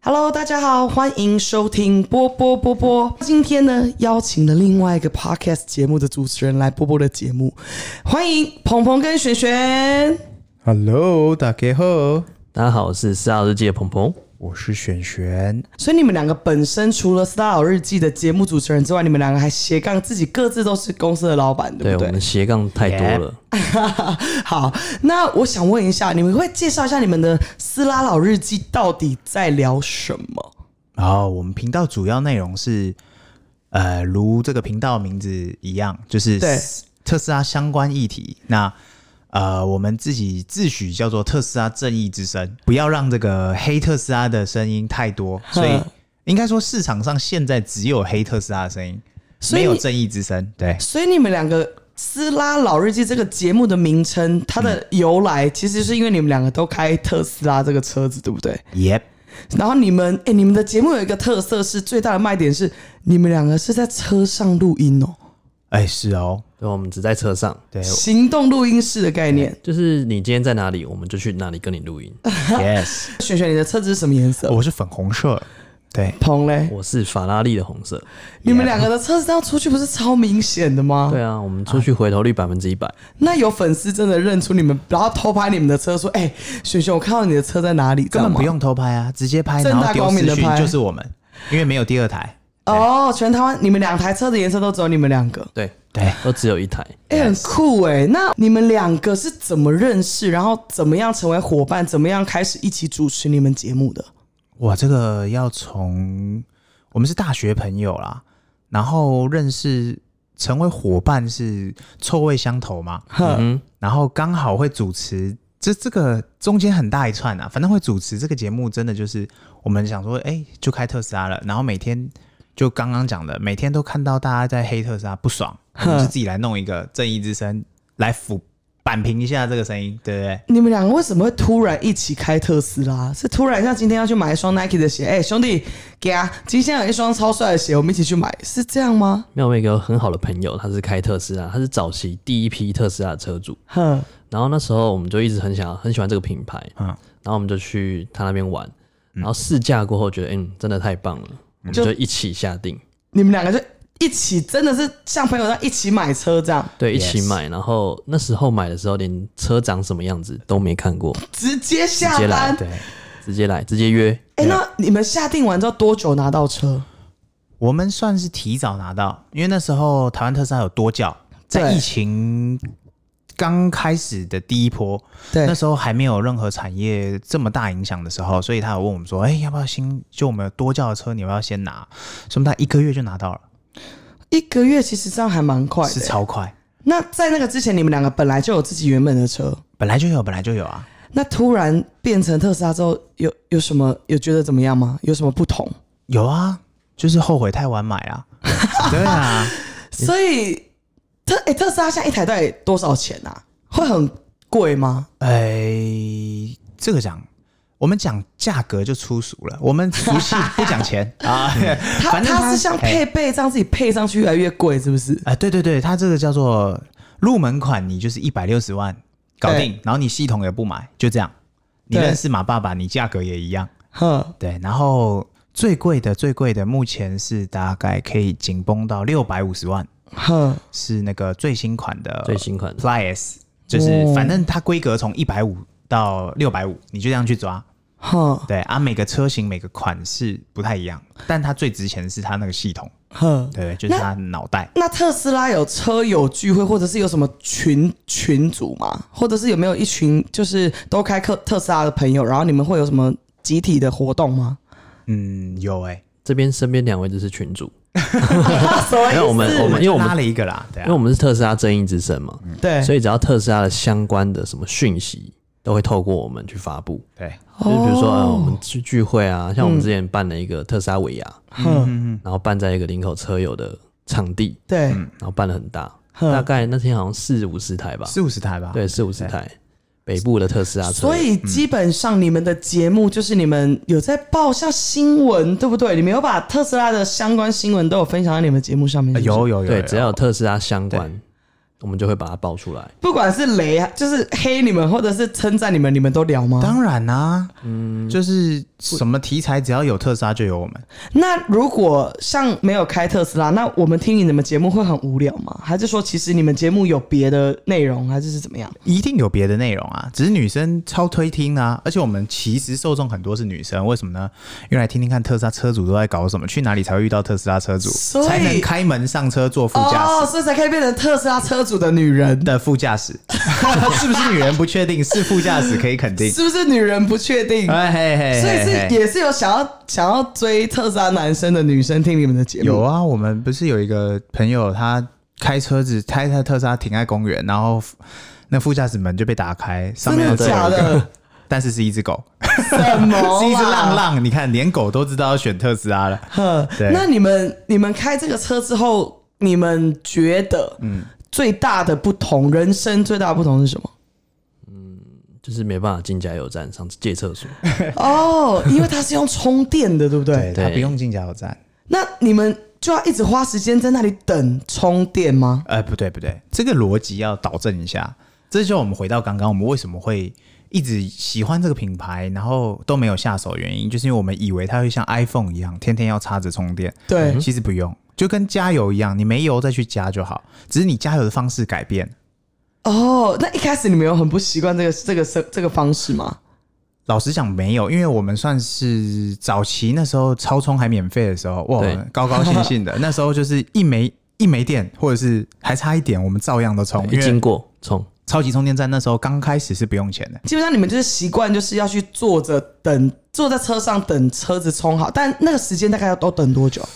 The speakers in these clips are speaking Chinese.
Hello，大家好，欢迎收听波波波波。今天呢，邀请了另外一个 podcast 节目的主持人来波波的节目，欢迎鹏鹏跟璇璇。 Hello，大家好，大家好，我是四号日记的鹏鹏。我是璇璇。所以你们两个本身除了《Star 老日记》的节目主持人之外，你们两个还斜杠自己各自都是公司的老板，对对不我对？们斜杠太多了， 好，那我想问一下，你们会介绍一下你们的《斯拉老日记》到底在聊什么？然后我们频道主要内容是，呃，如这个频道名字一样，就是对特斯拉相关议题。那呃，我们自己自诩叫做特斯拉正义之声，不要让这个黑特斯拉的声音太多，所以哼应该说市场上现在只有黑特斯拉的声音，所以没有你正义之声。对，所以你们两个《斯拉老日记》这个节目的名称，它的由来其实是因为你们两个都开特斯拉这个车子，对不对？耶、然后你们，哎、你们的节目有一个特色是最大的卖点是，你们两个是在车上录音哦，哎、是哦，对，我们只在车上， 对行动录音室的概念。就是你今天在哪里，我们就去哪里跟你录音。 ，yes，璇璇，你的车子是什么颜色？我是粉红色，对。鹏嘞，我是法拉利的红色，你们两个的车子这样出去不是超明显的吗？对啊，我们出去回头率百分之一百，那有粉丝真的认出你们，然后偷拍你们的车，说：“哎、璇璇，我看到你的车在哪里？”根本不这样吗用偷拍啊，直接拍，正然大后丢光明私地拍讯就是我们，因为没有第二台。哦，全台湾你们两台车的颜色都只有你们两个，对对，都只有一台。哎、很酷哎、那你们两个是怎么认识，然后怎么样成为伙伴，怎么样开始一起主持你们节目的？哇，这个要从我们是大学朋友啦，然后认识成为伙伴是臭味相投嘛，嗯，然后刚好会主持。这这个中间很大一串啊，反正会主持这个节目，真的就是我们想说，哎，就开特斯拉了，然后每天就刚刚讲的，每天都看到大家在黑特斯拉不爽，我们就自己来弄一个正义之声来抚扳平一下这个声音，对不对？你们两个为什么会突然一起开特斯拉？是突然像今天要去买一双 Nike 的鞋，哎、兄弟，给啊，今天有一双超帅的鞋，我们一起去买，是这样吗？妙妹哥很好的朋友，他是开特斯拉，他是早期第一批特斯拉的车主。哼，然后那时候我们就一直很想很喜欢这个品牌，嗯然后我们就去他那边玩，然后试驾过后觉得，嗯，真的太棒了，我们就就一起下定。你们两个就一起，真的是像朋友一样一起买车这样。对，一起 Yes 买。然后那时候买的时候，连车长什么样子都没看 过，直接下直接单来。对，直接来，直接约。哎、那你们下定完之后多久拿到车？我们算是提早拿到，因为那时候台湾特斯拉有多叫，在对疫情刚开始的第一波，对那时候还没有任何产业这么大影响的时候，所以他有问我们说，哎、要不要新就我们有多叫的车，你要不要先拿？所以我们大概一个月就拿到了，一个月，其实这样还蛮快是的、超快，那在那个之前，你们两个本来就有自己原本的车， 本来就有，本来就有啊。那突然变成特斯拉之后，有有什么有觉得怎么样吗？有什么不同？有啊，就是后悔太晚买啊。 对啊，所以特哎、特斯拉现在一台到底多少钱啊？会很贵吗？哎、这个讲。我们讲价格就粗俗了，我们俗气不讲钱 啊。它反正哎它是像嘿配备这样自己配上去越来越贵，是不是？啊，对对对，它这个叫做入门款，你就是一百六十万搞对定，然后你系统也不买，就这样。你对认识马爸爸，你价格也一样。哼，对，然后最贵的最贵的，目前是大概可以紧绷到六百五十万，哼，是那个最新款的最新款 Plus，就是哦反正它规格从一百五到六百五，你就这样去抓。哼，对啊，每个车型每个款式不太一样，但它最值钱的是它那个系统，哼。对，就是那它脑袋。那特斯拉有车友聚会，或者是有什么群群组吗？或者是有没有一群就是都开特特斯拉的朋友，然后你们会有什么集体的活动吗？嗯，有哎、这边身边两位就是群主，所以那我们我们因为我们拉了一个啦，对啊因为我们是特斯拉正义之声嘛，对，所以只要特斯拉的相关的什么讯息，都会透过我们去发布。对，就是比如说，呃我们去聚会啊，像我们之前办了一个特斯拉尾牙，哼，然后办在一个林口车友的场地，对，然后办了很大，哼大概那天好像四五十台吧，四五十台吧。对，四五十台。北部的特嗯斯拉车，所以基本上你们的节目就是你们有在报像新闻，对不对？你们有把特斯拉的相关新闻都有分享在你们节目上面呃是不是有有有，对，有只要有特斯拉相关，我们就会把它爆出来。不管是雷啊，就是黑你们，或者是称赞你们，你们都聊吗？当然啦，嗯，就是什么题材只要有特斯拉就有我们，那如果像没有开特斯拉，那我们听你们节目会很无聊吗？还是说其实你们节目有别的内容，还是是怎么样？一定有别的内容啊。只是女生超推听啊，而且我们其实受众很多是女生，为什么呢？因为来听听看特斯拉车主都在搞什么，去哪里才会遇到特斯拉车主，所以才能开门上车坐副驾驶。哦，所以才可以变成特斯拉车主的女人，的副驾驶 是不是女人不确定，是副驾驶可以肯定。是不是女人不确定？哎嘿嘿嘿所以是嘿也是有想要想要追特斯拉男生的女生听你们的节目，有啊，我们不是有一个朋友，他开车子开他特斯拉停在公园，然后那副驾驶门就被打开，上真面的就有假一个的？ 但是是一只狗，什么啦？ 是一只浪浪。你看，连狗都知道要选特斯拉了。 呵，对那你们你们开这个车之后，你们觉得嗯最大的不同，人生最大的不同是什 么？就是没办法进加油站上借厕 所，哦，因为它是用充电的，对不对？对，它对不用进加油站。那你们就要一直花时间在那里等充电吗？呃，不对不对，这个逻辑要导正一下。这就我们回到刚刚，我们为什么会一直喜欢这个品牌，然后都没有下手，原因就是因为我们以为它会像 iPhone 一样，天天要插着充电。对其实不用，就跟加油一样，你没油再去加就好，只是你加油的方式改变。哦，那一开始你们有很不习惯这个这个这这个方式吗？老实讲，没有，因为我们算是早期那时候超充还免费的时候，哇对，高高兴兴的。那时候就是一没一没电，或者是还差一点，我们照样的充。一因为经过冲，超级充电站那时候刚开始是不用钱的，基本上你们就是习惯就是要去坐着等，坐在车上等车子充好，但那个时间大概要都等多久？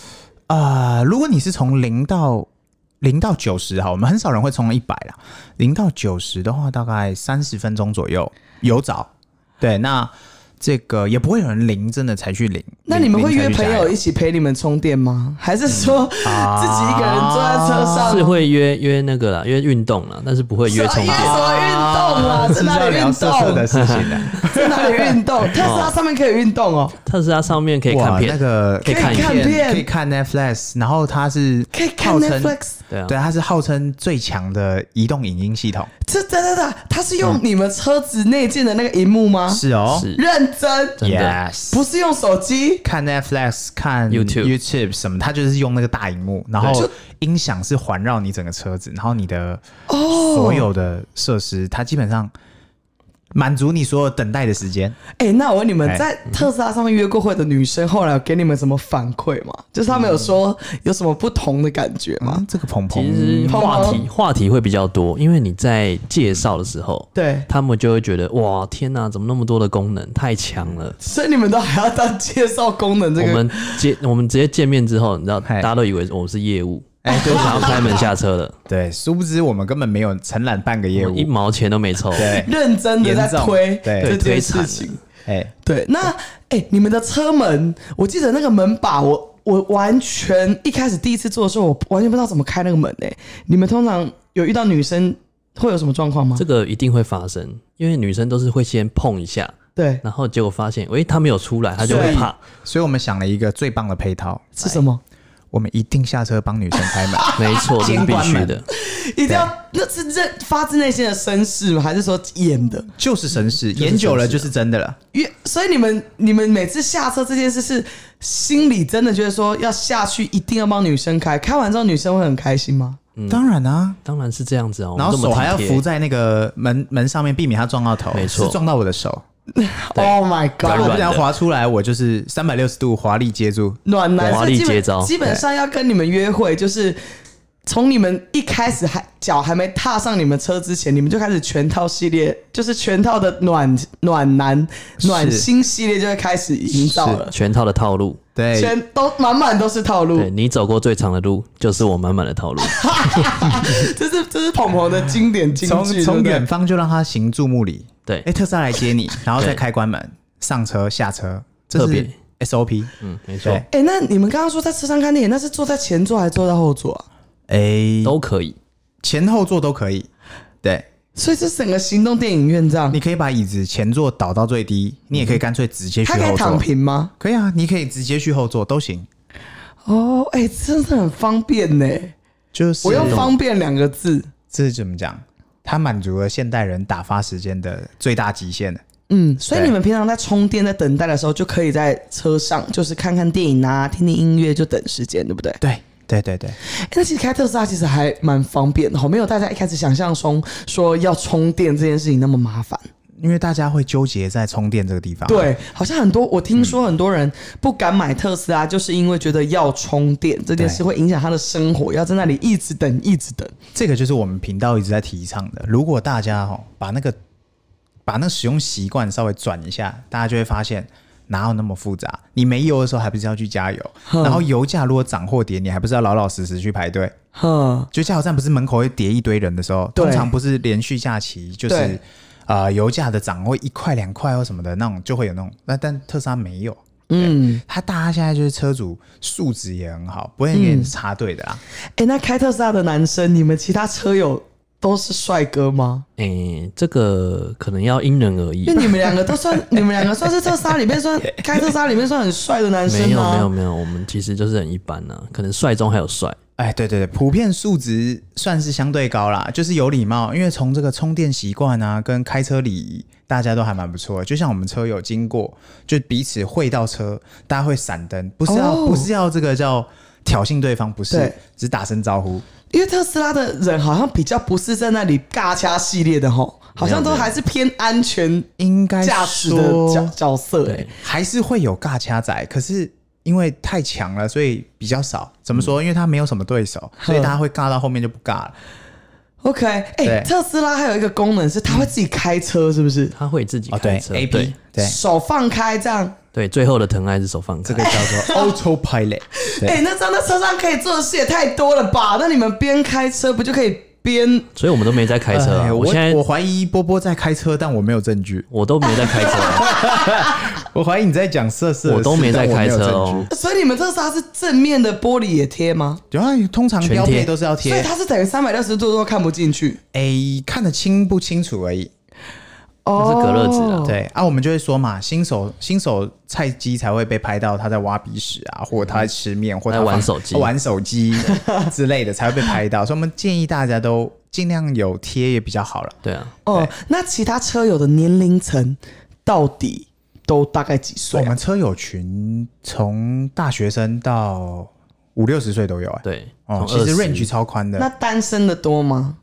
啊、如果你是从零到零到九十哈，我们很少人会充一百啦。零到九十的话，大概三十分钟左右有找。对，那这个也不会有人零真的才去零。那你们会约朋友一起起？陪你们充电吗？还是说自己一个人坐在车上？啊是会约约那个啦，约运动啦，但是不会约充约电。什么运动啊？在是哪 要里聊运色色动？的事情啊的。在哪里运动？特斯拉上面可以运动哦，特斯拉上面可以看哇，片，那个可以看影片可以看 Netflix，然后它是可以看号称 Netflix。对啊，对，它是号称最强的移动影音系统。这等等等，它是用你们车子内建的那个荧幕吗？是哦是认真，真的。 ，Yes，不是用手机。看 Netflix、看 YouTube YouTube 什么，它就是用那个大荧幕，然后就音响是环绕你整个车子，然后你的所有的设施，它基本上满足你所有等待的时间。哎、那我问你们，哎在特斯拉上面约过会的女生，后来有给你们什么反馈吗？就是他们有说有什么不同的感觉吗？嗯，这个鹏鹏其实话碰题话题会比较多，因为你在介绍的时候，对，他们就会觉得哇，天哪，怎么那么多的功能，太强了。所以你们都还要当介绍功能这我个们接我们直接见面之后，你知道，嗨大家都以为我们是业务，哎就想要开门下车了，对，殊不知我们根本没有承揽半个 业我务们一。毛钱都没抽， 对，认真的在严重推对这件推惨事了情。哎，对，那哎、你们的车门，我记得那个门把我。我完全一开始第一次做的时候，我完全不知道怎么开那个门诶、你们通常有遇到女生会有什么状况吗这？个一定会发生，因为女生都是会先碰一下，对，然后结果发现，诶，她没有出来，她就会怕，所以我们想了一个最棒的配套，是什么？我们一定下车帮女生开门。没错，这是必须监管的门。一定要那是认发自内心的绅士吗？还是说演的？ 就是神 事，演久啊了就是真的了。因为所以你们你们每次下车这件事是心里真的觉得说要下去一定要帮女生开，开完之后女生会很开心吗？嗯当然啊，当然是这样子哦，我们然后这么手还要体贴扶在那个门门上面，避免他撞到头。没错是撞到我的手。对 Oh my 如果软软不的想滑出来，我就是三百六十度华丽接住。暖男，对所以基华丽本接招基本上要跟你们约会，就是从你们一开始还脚还没踏上你们车之前，你们就开始全套系列，就是全套的暖暖男是暖心系列就会开始营造了，全套的套路。对，全都满满都是套哎对路，你走过最长的路，就是我满满 的套路。这是这是捧捧的经典金从句，从对不对远方就让他行注目礼。对哎，，特斯拉来接你，然后再对开关门，上车下车，这特是别 SOP。嗯，没错，对，哎、那你们刚刚说在车上看电影，那是坐在前座还是坐在后座啊？哎，都可以。前后座都可以。对，所以这整个行动电影院这样你，可以把椅子前座倒到最低，你也可以干脆直接去它可后以躺座。平吗？可以啊，你可以直接去后座都行。哦，哎、真的很方便呢、就是我用“方便”两个字，这是怎么讲？它满足了现代人打发时间的最大极限。嗯，所以对你们平常在充电、在等待的时候，就可以在车上，就是看看电影啊，听听音乐，就等时间，对不对？对对对对，哎那其实开特斯拉其实还蛮方便的哦，没有大家一开始想象中说要充电这件事情那么麻烦。因为大家会纠结在充电这个地方。，对，好像很多我听说很多人不敢买特斯拉，就是因为觉得要充电这件事会影响他的生活，要在那里一直等，一直等。这个就是我们频道一直在提倡的。如果大家哦把那个把那个使用习惯稍微转一下，大家就会发现哪有那么复杂？你没油的时候还不是要去加油？然后油价如果涨或跌，你还不是要老老实实去排队？哼，就加油站不是门口会叠一堆人的时候，对通常不是连续假期就是对呃油价的涨会一块两块或什么的那种，就会有那种。那但特斯拉没有，嗯，它大家现在就是车主素质也很好，不会给嗯你插队的啦。啊哎、那开特斯拉的男生，你们其他车友都是帅哥吗？诶、这个可能要因人而异因。为你们两个都算，你们两个算是特斯拉里面算 开特斯拉里面算很帅的男生没有吗？没有没有，我们其实就是很一般呐、可能帅中还有帅。哎，对对对，普遍素质算是相对高啦，就是有礼貌，因为从这个充电习惯啊，跟开车礼仪，大家都还蛮不错的。就像我们车友经过，就彼此会到车，大家会闪灯，不是要、哦不是要这个叫挑衅对方，不是对，只是打声招呼。因为特斯拉的人好像比较不是在那里尬掐系列的吼，好像都还是偏安全应该驾驶的角说角色、欸对。还是会有尬掐仔，可是因为太强了，所以比较少。怎嗯么说？因为他没有什么对手，所以大家会尬到后面就不尬了。 OK，哎、对特斯拉还有一个功能是它会自己开车，是不是？他会自己哦，开对车， ，A 对 P 对手放开这样。对最后的疼爱是手放这开。个叫 做 autopilot。哎、对，那这样在车上可以做的事也太多了吧？那你们边开车不就可以边？所以我们都没在开车、啊哎我我现在我怀疑波波在开车，但我没有证 据。我都没在开车、啊，我怀疑你在讲色色的事，我都没在但开有车证哦据。。所以你们特斯拉是正面的玻璃也贴吗？有啊，通常全标贴配都是要所以贴，它是等于三百六十度都看不进去。哎，看得清不清楚而已。哦是隔热纸啊对啊，我们就会说嘛，新手新手菜鸡才会被拍到他在挖鼻屎啊，或者他在吃面，或者他嗯在玩放哦手机玩手 机之类的才会被拍到。所以我们建议大家都尽量有贴也比较好了。对啊，哦，那其他车友的年龄层到底都大概几岁我 Oh 啊、们车友群从大学生到五六十岁都有哎、对，哦从，其实20 range 超宽那的，单身的多吗？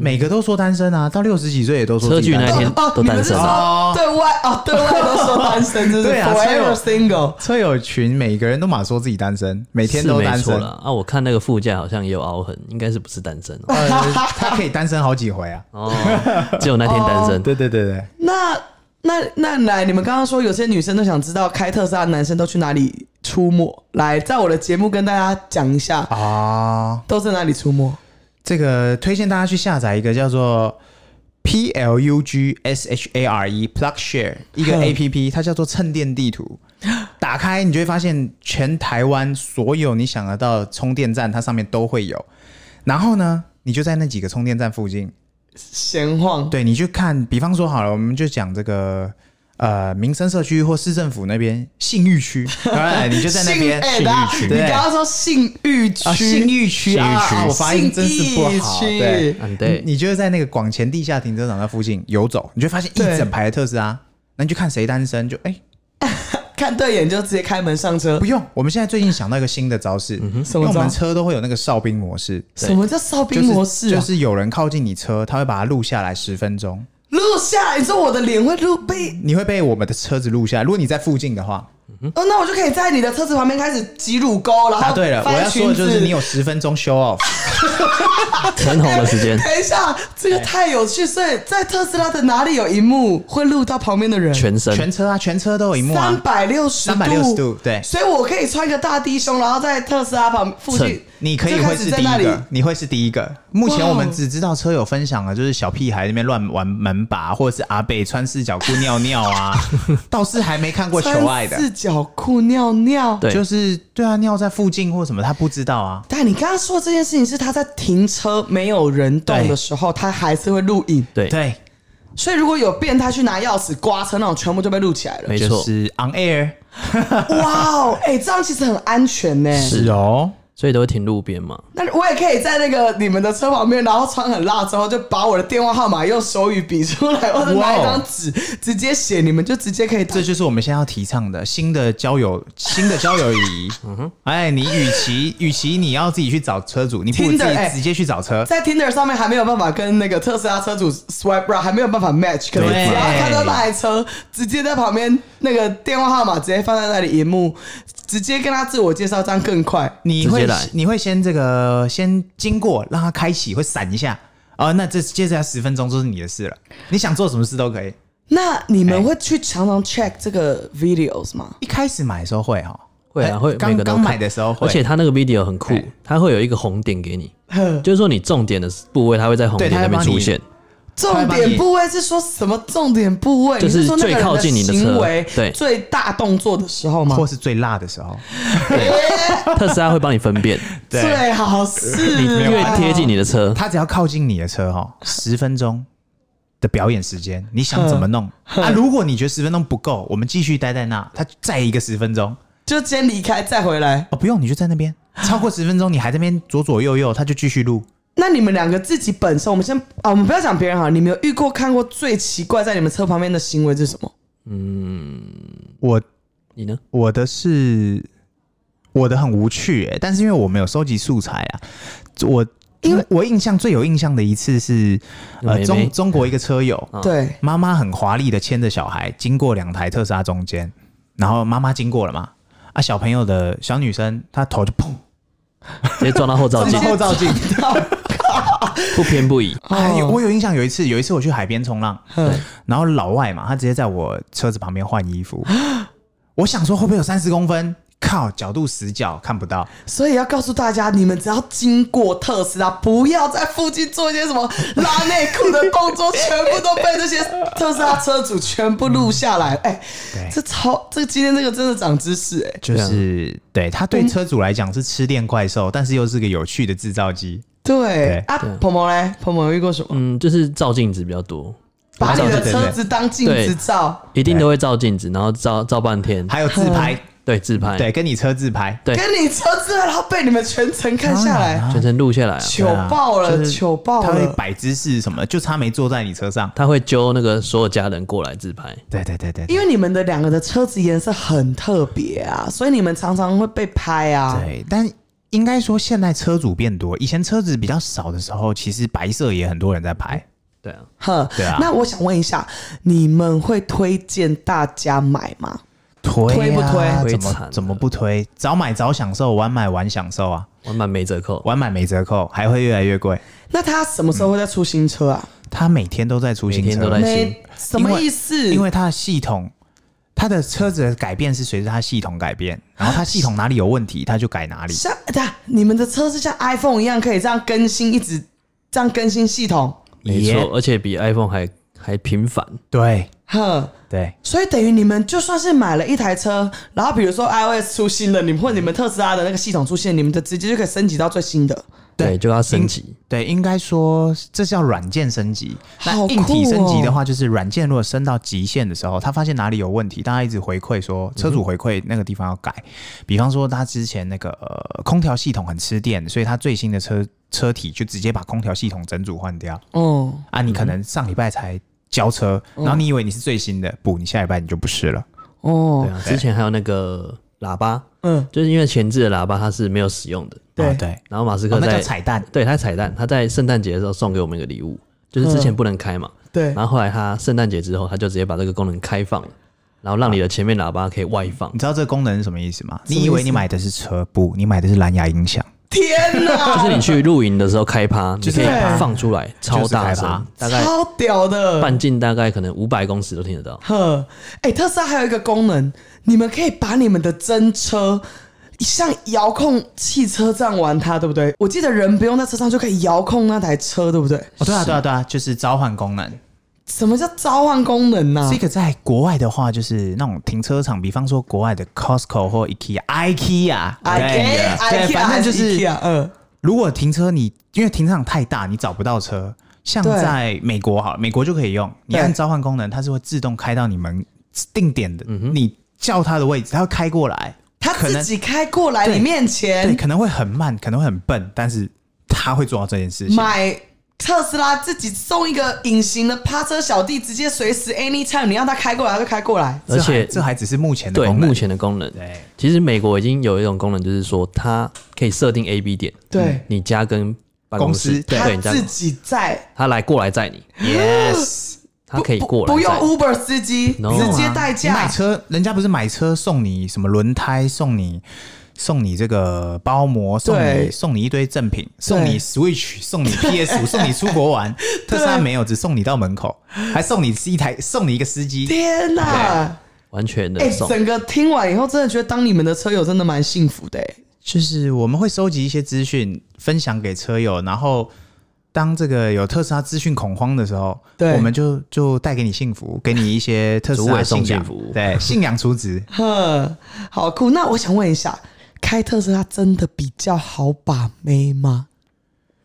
每个都说单身啊，到六十几岁也都说嗯车自己距单那身天哦，都你们单是身说。对外哦，对外都说单 身，就是对啊 forever 所 single。车友群每个人都嘛说自己单身，每天是都没单错身，啦。啊，我看那个副驾好像也有凹痕，应该是不是单身哦？呃 他可以单身好几回啊。哦，只有那天单身。对对对对。那那那来，你们刚刚说有些女生都想知道开特斯拉的男生都去哪里出没，来，在我的节目跟大家讲一下，啊，都在哪里出没。这个推荐大家去下载一个叫做 P L U G S H A R E Plug Share 一个哼 A P P，它叫做蹭电地图。打开你就会发现，全台湾所有你想得到的充电站，它上面都会有。然后呢，你就在那几个充电站附近，闲晃，对你去看，比方说好了，我们就讲这个呃民生社区或市政府那边信誉区， 当然你就在那性边哎大家信誉区你对刚刚说性欲区，啊信誉区信啊誉区啊我发音真是不好，信义区对。嗯，你对，你就是在那个广前地下停车场那附近游走，你就发现一对整排的特斯拉，那你就看谁单身，就哎、看对眼就直接开门上车不。用。我们现在最近想到一个新的招式，嗯什因为么我招们车都会有那个哨兵模式，什么叫哨就兵是模式就啊？是有人靠近你车，他会把它录下来十分钟，录下来，你说我的脸会录被你会被我们的车子录下来。如果你在附近的话，哦，那我就可以在你的车子旁边开始挤乳沟，然嗯答后啊对了。我哦翻要说的就裙是子你有十分钟 show off，陈红的 时间，等一下，这个太有趣，所以在特斯拉的哪里有一幕会录到旁边的人？全身全车啊，全车都有一幕三啊，百六十三百六十度，对，所以我可以穿一个大低胸，然后在特斯拉旁附近蹭，你可以就会开始是在第那一里个，你会是第一个。目前哇哦我们只知道车友分享的啊就是小屁孩那边乱玩门把，或者是阿贝穿四角裤尿尿 啊，倒是还没看过求爱穿的，四角裤尿尿。对就是对啊，尿在附近或什么他不知道啊。但你刚刚说这件事情是他他在停车没有人动的时候，他还是会录影。对，对，所以如果有变态去拿钥匙刮车那种，全部就被录起来了。没就错，是 on air，哇哦，哎，这样其实很安全呢。是哦，所以都会停路边嘛。那我也可以在那个你们的车旁边，然后穿很辣之后，就把我的电话号码用手语比出来， 或者拿一张纸直接写，你们就直接可以打这就是我们现在要提倡的新的交友新的交友仪。嗯哼，哎，你与其与其你要自己去找车主，你不如自 Tinder，哎己直接去找车。在 Tinder 上面还没有办法跟那个特斯拉车主 swipe right，还没有办法 match，可能对只要看到那台车，直接在旁边那个电话号码直接放在那里，荧幕直接跟他自我介绍，这样更快。你直接会来你会先这个先经过，让它开启，会闪一下啊、那这接下来十分钟就是你的事了，你想做什么事都可以。那你们会去常常 check 这个 videos 吗？一开始买的时候会哦哈，会啊，会哎刚每个都刚看买的时候会，而且它那个 video 很酷哎，它会有一个红点给你，呵就是说你重点的部位，它会在红对点它会那边帮你 出现。重点部位是说什么？重点部位就是你说那个人最靠近你的车行为对最大动作的时候吗？或是最辣的时候，特斯拉会帮你分 辨，对最好是 你越啊贴近你，你的车，他只要靠近你的车哈，十分钟的表演时间，你想怎么 弄啊？如果你觉得十分钟不够，我们继续待在那，他再一个十分钟就先离开再回来。哦，不用，你就在那边。超过十分钟，你还在那边左左右右，他就继续录。那你们两个自己本身，我们先啊，我们不要讲别人好了，你们有遇过看过最奇怪在你们车旁边的行为是什么？我你呢？我的是我的很无趣、欸，但是因为我没有收集素材啊，我因为我印象最有印象的一次是，有妹呃，妹中中国一个车友，啊对，妈妈很华丽的牵着小孩经过两台特斯拉中间，然后妈妈经过了嘛，啊，小朋友的小女生她头就砰直接撞到后照撞镜到，后照镜。不偏不倚，哎有哦我有印象，有一次有一次我去海边冲浪， 然后老外嘛，他直接在我车子旁边换衣服，我想说会不会有三十公分？靠，角度死角看不到，所以要告诉大家，你们只要经过特斯拉，不要在附近做一些什么拉内裤的动作，全部都被这些特斯拉车主全部录下来。哎、嗯对这超这今天这个真的长知识哎、就是对他对车主来讲是吃电怪兽，但是又是个有趣的制造机。对对啊，鹏鹏嘞，鹏鹏有遇过什么？嗯，就是照镜子比较多，把你的对对车对子当镜对子照，一定都会照镜子，然后照照半天，还有自 拍，对，自拍，对，跟你车自拍，对跟你车自拍，然后被你们全程看下当然来，啊全程录下来啊。糗对啊爆了，就是糗爆他会了。摆姿势什么，就差没坐在你车上。他会揪那个所有家人过来自拍，对对对对，因为你们的两个的车子颜色很特别啊，所以你们常常会被拍啊。对，但应该说现在车主变多，以前车子比较少的时候，其实白色也很多人在拍。对啊，呵，对啊那我想问一下，你们会推荐大家买吗？推、啊、推不推怎推惨么了怎么不推？早买早享受，晚买晚享受啊！我满没折扣，晚买没折扣，还会越来越贵。那他什么时候会再出新车啊？他每天都在出新车，每天都在没什么意思？因为它的系统，它的车子的改变是随着它系统改变，啊然后它系统哪里有问题，它就改哪里。像对啊，你们的车是像 iPhone 一样可以这样更新，一直这样更新系统。没也错，而且比 iPhone 还还频繁，对呵，对，所以等于你们就算是买了一台车，然后比如说 iOS 出新了，你们或者你们特斯拉的那个系统出现，你们的直接就可以升级到最新的。对对，就要升级，对，应该说这叫软件升级。好那酷硬体升级的哦话，就是软件如果升到极限的时候，他发现哪里有问题，大家一直回馈说车主回馈那个地方要改。比方说他之前那个、呃、空调系统很吃电，所以他最新的车车体就直接把空调系统整组换掉哦、啊。你可能上礼拜才交车，嗯然后你以为你是最新的，不，你下礼拜你就不是了。对哦，啊，对之前还有那个喇叭，嗯，就是因为前置的喇叭它是没有使用的，对啊对，然后马斯哦克那叫在彩蛋。嗯对他彩蛋，他在圣诞节的时候送给我们一个礼物，就是之前不能开嘛，对，啊然后后来他圣诞节之后，他就直接把这个功能开放了，然后让你的前面喇叭可以外 放你，知道这个功能是什么意思吗？么意思你以为你买的是车，不，你买的是蓝牙音响。天就哪，是你去露营的时候开趴，你就是可以开趴放出来，超大就是开趴声，大概超屌的。半径大概可能五百公尺都听得到，呵，哎、特斯拉还有一个功能，你们可以把你们的真车。像遥控汽车这样玩它，对不对？我记得人不用在车上就可以遥控那台车，对不对？哦，对啊，对啊，对啊，就是召唤功能。什么叫召唤功能啊呢、这个在国外的话，就是那种停车场，比方说国外的 Costco 或 IKEA、IKEA、 i 对啊 k E 啊对 i k 反正就是 IKEA，嗯，如果停车你因为停车场太大，你找不到车，像对在美国好，美国就可以用，你对按召唤功能，它是会自动开到你门定点的，你叫它的位置，它会开过来。他可自能己开过来你对面对，前可能会很慢，可能会很笨，但是它会做到这件事情。买特斯拉，自己送一个隐形的趴车小弟，直接随时 anytime 你让他开过来他就开过来。这而且还这还只是目前的对功能目前的功能，对其实美国已经有一种功能，就是说它可以设定 A、B 点，嗯对你家跟办公室，公司对他你家自，己在，他来过来载 你， ，yes，他可以过来不用载你 Uber 司机， No 啊直接代你买驾。车，人家不是买车送你什么轮胎，送你送你这个包膜，送对你送你一堆赠品，送你 Switch，送你 PS 五，送你出国玩。特斯拉没有，只送你到门口，还送你一台，送你一个司机。天哪、完全哎、的送。整个听完以后，真的觉得当你们的车友真的蛮幸福的、哎 就是我们会收集一些资讯，分享给车友，然后。当这个有特斯拉资讯恐慌的时候，对我们就就带给你幸福，给你一些特斯主拉 委送信仰，幸福对信仰出值，呵，好酷。那我想问一下，开特斯拉真的比较好把妹吗？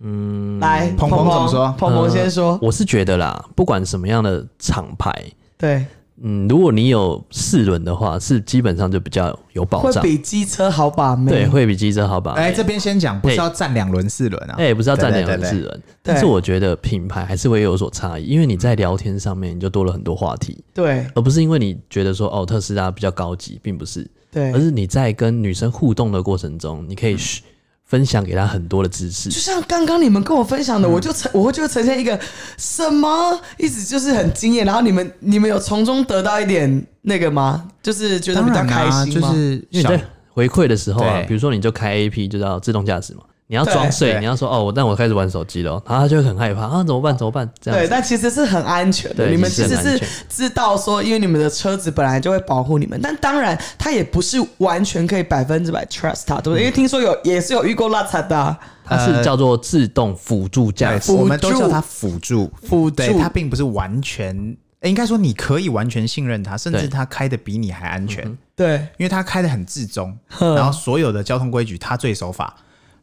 嗯，来，鹏鹏怎么说鹏鹏先说呃，我是觉得啦，不管什么样的厂牌，对，嗯，如果你有四轮的话，是基本上就比较有保会障，比机车好把妹，对，会比机车好吧？哎、这边先讲，不是要占两轮四轮啊？哎、不是要占两对人对对四对人，但是对我觉得品牌还是会有所差异，因为你在聊天上面你就多了很多话题，对而不是因为你觉得说哦特斯拉比较高级，并不是，而对。是你在跟女生互动的过程中，你可嗯以嘘分享给她很多的知就识。像刚刚你们跟我分享的，我就呈我就呈现一个什么，一直就是很惊艳。然后你们你们有从中得到一点那个吗？就是觉得当比较然开啊，心就吗？是因为你小在回馈的时候啊对，比如说你就开 A P 就叫自动驾驶嘛，你要对装睡，对你要说哦，我但我开始玩手机了，然后她就会很害怕啊，怎么办？怎么办？这样对，子。但其实是很安全的。对你们其其实实很安是全知道说，因为你们的车子本来就会保护你们，但当然它也不是完全可以百分之百 trust 它，对不对？因为听说有也是有遇过拉惨的啊、它是叫做自动辅助驾呃对驶，我们都叫它辅助，辅助对它并不是完全，哎应该说你可以完全信任它，甚至对它开的比你还安全，对因为它开的很至中，然后所有的交通规矩它最守法。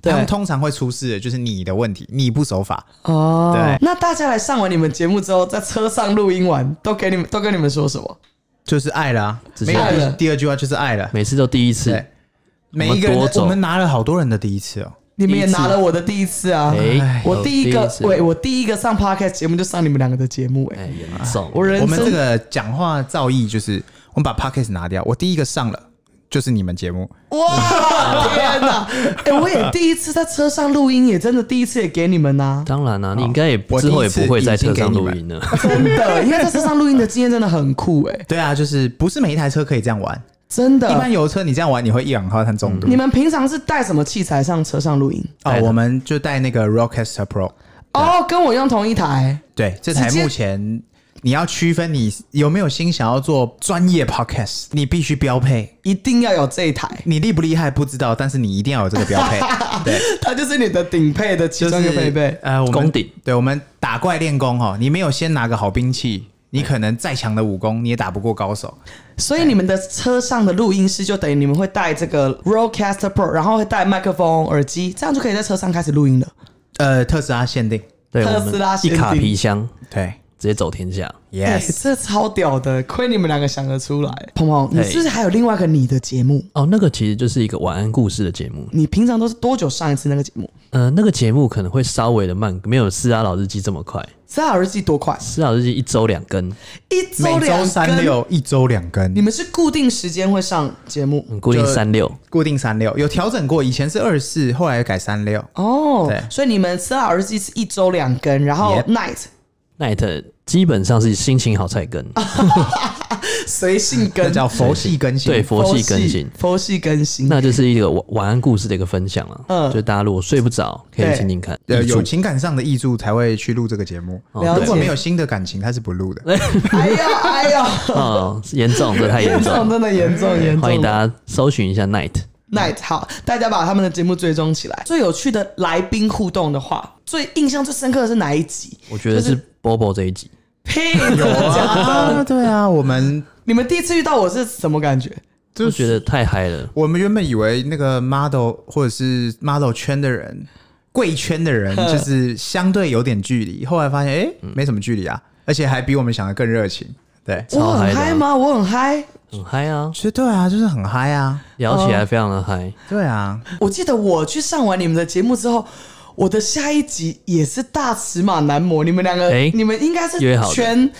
对他们通常会出事的就是你的问题，你不守法。哦对那大家来上完你们节目之后，在车上录音完，都给你们都跟你们说什么？就是爱了、啊，只是没有爱了第二句话就是爱了。每次都第一次，对每一个人我的们夺，走我们拿了好多人的第一次哦。你们也第一次拿了我的第一次啊！哎我第一个，次喂，我第一个上 podcast 节目就上你们两个的节目、哎、哎，严重，我人啊我们生这个讲话造诣就是，我们把 podcast 拿掉，我第一个上了就是你们节目，哇，天 哪！哎、我也第一次在车上录音，也真的第一次也给你们啊呐、当然啊啦、你应该也我第之一后也次不会已在经车给上你录们音了。真的，因为在车上录音的经验真的很酷哎、对啊，就是不是每一台车可以这样玩。真一般的。油车你这样玩，你会一氧化碳中毒。你们平常是带什么器材上车上录音？哦，我们就带那个 Rockcaster Pro，哦，跟我用同一台，对，这台直接目前你要区分你有没有心想要做专业 podcast，你必须标配。一定要有这一台，你厉不厉害不知道，但是你一定要有这个标 配，它就是你的顶配的其就中一是个配备。呃，我们功底。对，我们打怪练功哦，你没有先拿个好兵器，你可能再强的武功你也打不过高手。所以你们的车上的录音师就等于你们会带这个 Rodecaster Pro，然后会带麦克风、耳机，这样就可以在车上开始录音了。呃，特斯拉限定， 对，特我斯拉们一限卡定皮箱对直接走天下。哎、 ，yes，这超屌的，亏你们两个想得出来。鹏鹏，你是不是还有另外一个你的节目？哦，那个其实就是一个晚安故事的节目。你平常都是多久上一次那个节目？呃，那个节目可能会稍微的慢，没有《四阿老日记》这么快。三小日记多快？《四阿老日记》一周两更，一周每周两三更。六，一周两更你。们是固定时间会上节目嗯固定就三六。固定三六，有调整过，以前是二四，后来改三六。哦对，所以你们三小日记是一周两更，然后 Yep night Night 基本上是心情好才更，啊随性这 更，叫佛系更新。对佛系更新，佛系更新。那就是一个晚晚安故事的一个分享了。嗯嗯，就大家如果睡不着，可以对听听看。呃，易有住情感上的益助才会去录这个节目。哦了解如果没有新的感情，他是不 录的。哎呦哎呦， 哦，严重，这太严 严重重了。真的严重严重。欢迎大家搜寻一下 Night。 Night 好，大家把他们的节目追踪起来。最有趣的来宾互动的话，最印象最深刻的是哪一 集？我觉得就是是 Bobo 这一集，呸！有啊，啊，对啊，我们你们第一次遇到我是什么感觉？就我觉得太嗨了。我们原本以为那个 model 或者是 model 圈的人贵圈的 人就是相对有点距离，后来发现哎、诶嗯没什么距离啊，而且还比我们想的更热情。对，我超嗨很的啊嗨吗？我很嗨。很嗨啊，绝对啊，就是很嗨啊，聊起来非常的嗨。对 啊，我记得我去上完你们的节目之后，我的下一集也是大尺码男模，你们两个，哎你们应该是约好的全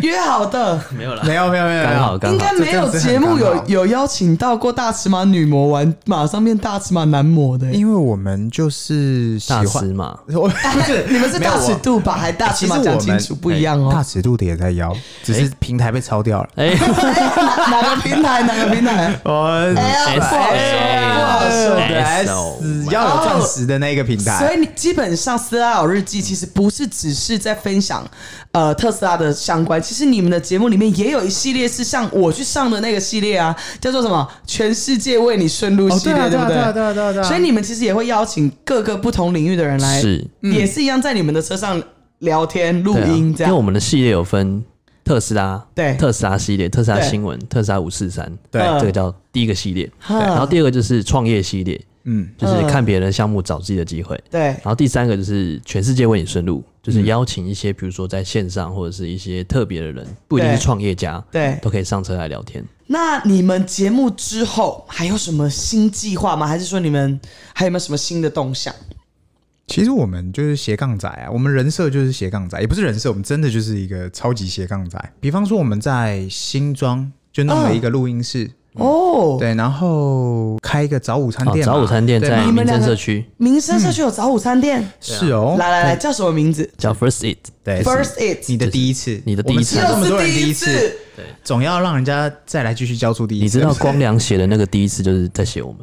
约好的，没有啦，没有没有没有，刚好没有刚应好该没有节目这真的是很有刚好有邀请到过大尺码女模玩，马上变大尺码男模的、因为我们就是喜大欢 师，嘛，我不是你们是没有大尺我度吧？还大尺其实码我讲们清哎楚不一样哦。大尺度的也在邀，只是平台被抄掉了。哎，哪哪个平台？哪个平台？哦，哎呀，不好说，不好说哎的。死要有钻石的那个平哦所台，以你基本上《斯拉尔日记》其实不是只是在分享呃特斯拉的相关，其实你们的节目里面也有一系列是像我去上的那个系列啊，叫做什么“全世界为你顺路”系列，哦对啊不对啊对啊对啊对啊所以你们其实也会邀请各个不同领域的人来，是嗯也是一样在你们的车上聊天、录对啊，音因这为我样。们的系列有分特斯拉，对特斯拉系列、特斯拉对新闻、特斯拉五四三，对这个叫第一个系列。哈然后第二个就是创业系列，嗯，就是看别人的项目找自己的机会。对啊嗯然后第三个就是全世界为你顺路，就是邀请一些比如说在线上或者是一些特别的人，不一定对是创业家，对，都可以上车来聊天。那你们节目之后还有什么新计划吗？还是说你们还有没有什么新的动向？其实我们就是斜杠仔啊，我们人设就是斜杠仔，也不是人设，我们真的就是一个超级斜杠仔。比方说我们在新庄就弄了一个录音室，哦，嗯对，然后开一个早午餐哦，店嘛、早午餐店对在嘛啊你们民两政个社区民生社区有早午餐店。是哦，来来来，叫什么名字叫 First Eat，对？First 你 It，的第一次，你的第一次我们吃了这么多人第一又是次，总要让人家再来继续交出第一次。你知道光良写的那个第一次就是在写我 们，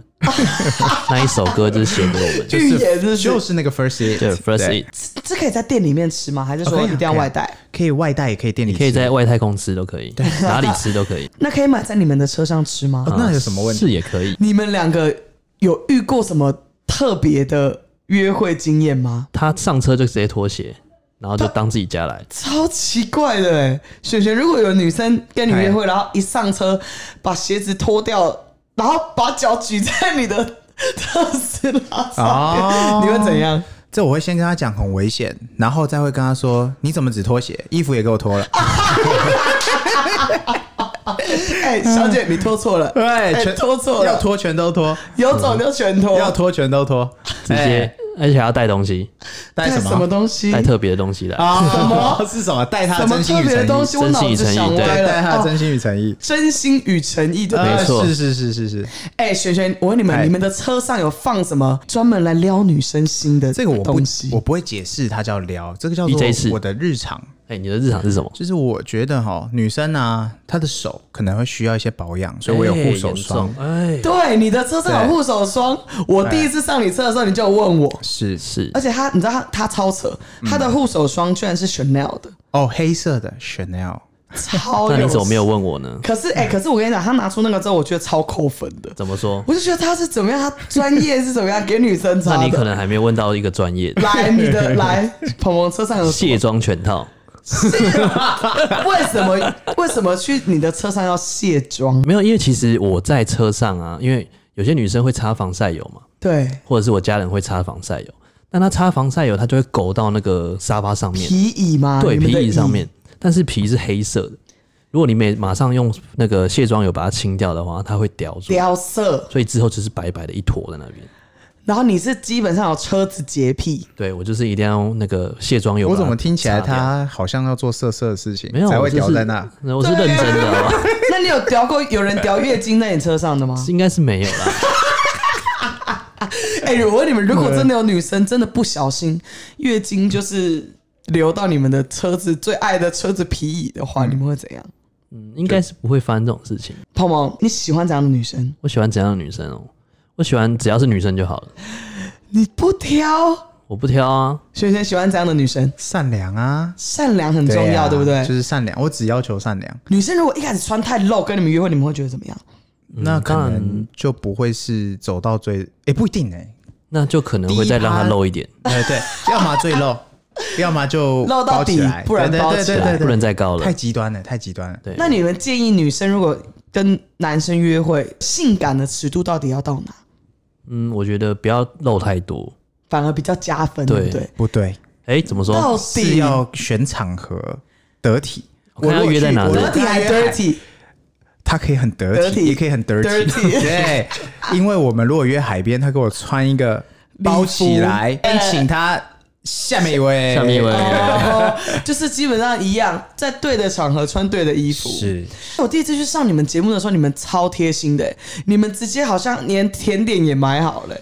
那一首歌就是写给我们。就预言是不是是就是那个 first i 对 First Eat，这可以在店里面吃吗？还是说哦可以一啊定要可以啊外带？可以外带也可以店里吃，可以在外太空吃都可以，哪里吃都可以。那可以买在你们的车上吃吗？哦 啊那有什么问题？是也可以。你们两个有遇过什么特别的约会经验吗？他上车就直接脱鞋，然后就当自己家哎来。超奇怪的哎、璇璇，如果有女生跟你约会，然后一上车把鞋子脱掉，然后把脚举在你的 特斯拉上面，哦你会怎样？这我会先跟他讲很危险，然后再会跟他说你怎么只脱鞋，衣服也给我脱了。啊 哎、小姐，你脱错了，对哎全脱错要了，哦脱全都脱，有啊种就全脱，嗯要脱全都脱，直接哎，而且还要带东西，带带什什么么？东西？带特别的东西来。嗯啊？什么 是什么？带他什的么真心特与别的诚东意，西？我脑子想歪对，带他了。哦的真心与诚意。真心与诚意，对不对？没错呃是是是是是，哎，璇璇，我问你们，哎你们的车上有放什么专门来撩女生心的这个我不东西我？不会解释，它叫聊，这个叫做 DJ 是我的日常。哎，你的日常是什么？就是我觉得哈，女生啊，她的手可能会需要一些保养，所以我有护手霜。哎，严重哎，对，你的车上有护手霜。我第一次上你车的时候，你就有问我，是是而且他，你知道他他超扯，他的护手霜居然是 Chanel 的，哦，黑色的 Chanel，超那有。你怎么没有？问 我呢？可是哎，可是我跟你讲，他拿出那个之后，我觉得超扣分的。怎么说？我就觉得他是怎么样，他专业是怎么样给女生擦的。 那你可能还没问到一个专业的来你的来，鹏鹏车上有什么卸妆全套， 为什么为什么去你的车上要卸妆？没有，因为其实我在车上啊，因为有些女生会擦防晒油嘛，对，或者是我家人会擦防晒油，但她擦防晒油，她就会勾到那个沙发上面，皮椅吗？啊对，你皮们的椅上嗯面，但是皮是黑色的。如果你没马上用那个卸妆油把它清掉的话，它会掉住，掉色，所以之后就是白白的一坨在那边。然后你是基本上有车子洁癖，对我就是一定要用那个卸妆油把我它擦掉。怎么听起来她好像要做色色的事情，没有才会就掉是在那？啊那我是认真的，啊好吧 那你有掉过有人掉月经在你车上的吗？应该是没有啦。哎、我问你们，如果真的有女生真的不小心月经就是流到你们的车子最爱的车子皮椅的话，你们会怎样？嗯，应该是不会发生这种事情。鹏鹏，你喜欢怎样的女生？我喜欢怎样的女生哦？我喜欢只要是女生就好了，你不挑，我不挑啊。轩轩喜欢怎样的女生？善良啊，善良很重对要，啊对不对？就是善良，我只要求善良，女生如果一开始穿太露跟你们约会，你们会觉得怎么样？那可当然能就不会是走到最，也不一定哎。那就可能会再让啊她露一点，对对， 要么最露，要么就露到包起底来不然对对包对起对对啊来对对不能再高了太。极端了，太极端了。对那你们建议女生如果跟男生约会，性感的尺度到底要到哪？嗯，我觉得不要露太多，反而比较加分，对对不对？不对，哎，怎么到说？是底要选场合得体。我看要如果约在去哪我里如果去 dirty 还约 dirty，他可以很得体， dirty 也可以很 dirty。 dirty 对，因为我们如果约海边，他给我穿一个包起来，哎，请他下面一位，下面一位哦，就是基本上一样，在对的场合穿对的衣服。是我第一次去上你们节目的时候，你们超贴心的、欸你们直接好像连甜点也买好了、欸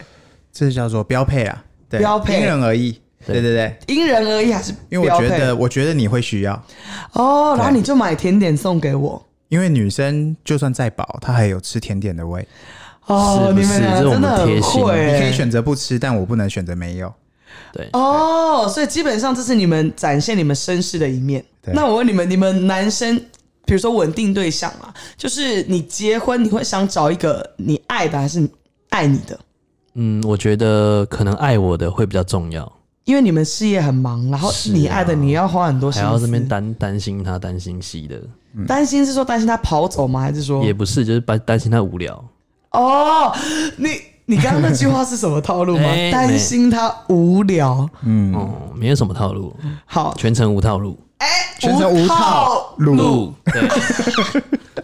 这叫做标配啊，对，标配因人而异。对对对，因人而异还是因为我标觉配得，我觉得你会需要，哦，然后你就买甜点送给我。因为女生就算再饱，她还有吃甜点的胃。哦，是不你是们俩这是我真们的很贴心会、你可以欸。选择不吃，但我不能选择没有。对，哦，所以基本上这是你们展现你们绅士的一面。对那我问你们，你们男生，比如说稳定对象嘛，就是你结婚，你会想找一个你爱的还是爱你的？嗯，我觉得可能爱我的会比较重要，因为你们事业很忙，然后是啊你爱的你要花很多还心要这边思。担担心他担心西的，担心是说担心他跑走吗？还是说也不是，就是担担心他无聊。？哦，你你刚刚那句话是什么套路吗 哎担心他无聊。嗯哦，没有什么套路，好，哎全程无套路。全程无套路路，对，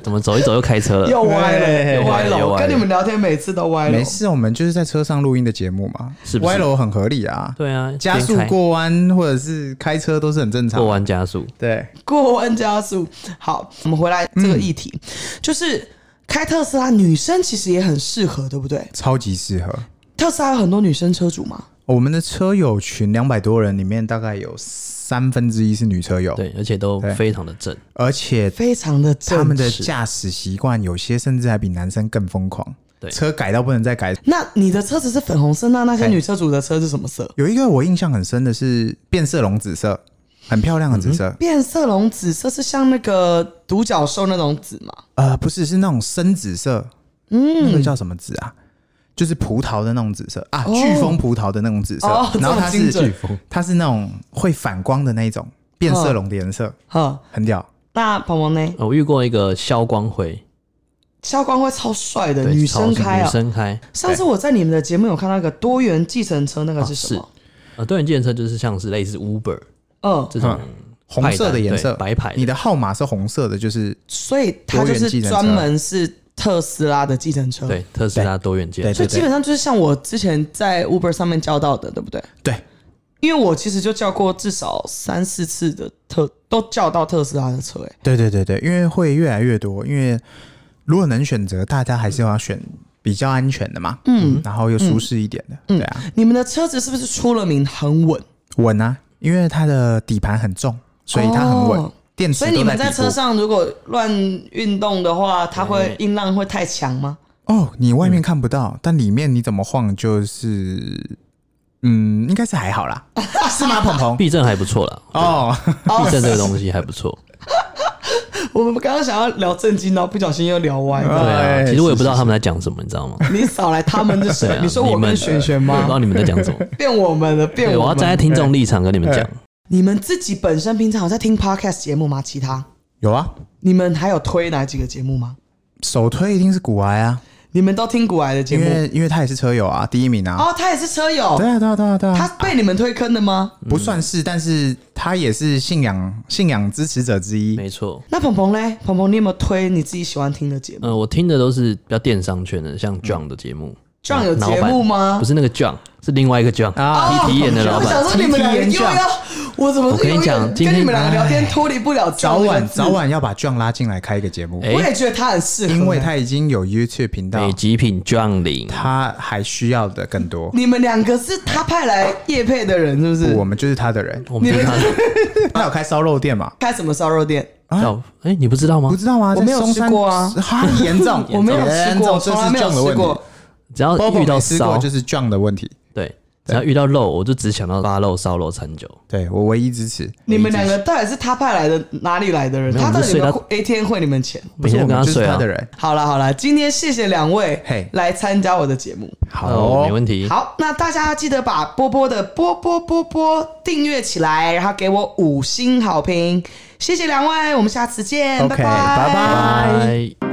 怎么走一走又开车了？又歪了，对又歪了。哎又歪了我跟你们聊天每次都歪了没。事，我们就是在车上录音的节目嘛，是不是歪楼很合理啊，对啊，加速边开过弯或者是开车都是很正常。啊过，弯加速，对，过弯加速。好，我们回来这个议题，嗯就是开特斯拉，女生其实也很适合，对不对？超级适合。特斯拉有很多女生车主嘛。我们的车友群两百多人，里面大概有三分之一是女车友，对，而且都对非常的正，而且非常的他正们。的驾驶习惯有些甚至还比男生更疯狂，对车改到不能再改。那你的车子是粉红色，那那些哎女车主的车是什么色？有一个我印象很深的是变色龙紫色，很漂亮的紫嗯色，变色龙紫色是像那个独角兽那种紫嘛？呃，不是，是那种深紫色，嗯，那个叫什么紫啊？就是葡萄的那种紫色啊，飓风葡萄的那种紫色，哦然后它这么精是准它是那种会反光的那一种变嗯色龙的颜色，哈，很屌。那鹏鹏呢？哦我遇过一个肖光辉，肖光辉超帅的，对，女超生哦开女啊！生开，上次我在你们的节目有看到一个多元计程车，那个是什么？呃，多元计程车就是像是类似 Uber 嗯，这种嗯红色的颜色，对白牌的你的号码是红色的，就是所以它就是专门是特斯拉的计程车。，对特斯拉多元件，对所以基本上就是像我之前在 Uber 上面叫到的，对不对？对，因为我其实就叫过至少三四次的特，都叫到特斯拉的车、欸，对对对对，因为会越来越多，因为如果能选择，大家还是要选比较安全的嘛，嗯，然后又舒适一点的，对啊，你们的车子是不是出了名很稳？稳啊，因为它的底盘很重，所以它很稳，哦电池所以你都们底在车部上如果乱运动的话，它会音浪会太强吗？哦，你嗯外面看不到，但里面你怎么晃就是，嗯，应该是还好 啦，是吗，鹏鹏？避震还不错啦，哦，避震这个东西还不错，我们刚刚想要聊正经，然后不小心又聊歪对了。哎啊，其实我也不知道是是他们在讲什么，你知道吗？ 你少来，他们是对谁啊，？你说我们跟璇璇我不知吗？道你们在 讲什么，变我们了，变对，我我要们站在了。听众立场跟你哎们讲，你们自己本身平常有在听 podcast 节目吗？其他有啊，你们还有推哪几个节目吗？首推一定是古癌啊，你们都听古来的节因目为因为他也是车友啊，第一名啊，哦，他也是车友对，啊对啊对啊对他啊，被你们推坑的吗？不算是，但是他也是信仰信仰支持者之一。没错。那鹏鹏嘞？鹏鹏，你有没有推你自己喜欢听的节目？呃，我听的都是比较电商圈的，嗯像 John 的节目。 John 有老节板目吗不是那个 John，是另外一个 John，啊提体演的老哦我板。想说你们两个又提提演要，我怎么我跟你又有讲今跟你天们两个聊天脱离不了早 John 那晚个字早，晚要把 John 拉进来开一个节目，我哎，也觉得他很适合，因为他已经有 YouTube 频道美，极品 John 林，他还需要的更多。你们两个是他派来夜配的人，是不我是？们就是他的人，我们你就们看 他有开烧肉店嘛？开什么烧肉店？到，哎，你不知道吗不？知道吗？哦我没有在松山吃过啊哈，严重 ，我没有吃哎严重过，这从是来没有 John 的吃问题过。。只要 Bobo 哦遇到没吃过烧就，是 John 的问题。对，只要遇到肉，我就只想到八肉、烧肉、餐酒。对我唯一支持你们唯一两支持个到底是他派来的哪里来的人？没有他到底有没我们有就 ATM 汇你们钱？不每是天我跟们，他就是睡他啊的。人。好了好了，今天谢谢两位嘿来参加我的节目。哦，好没，问题。好，那大家记得把波波的波波波波订阅起来，然后给我五星好评，谢谢两位，我们下次见， OK，拜拜拜。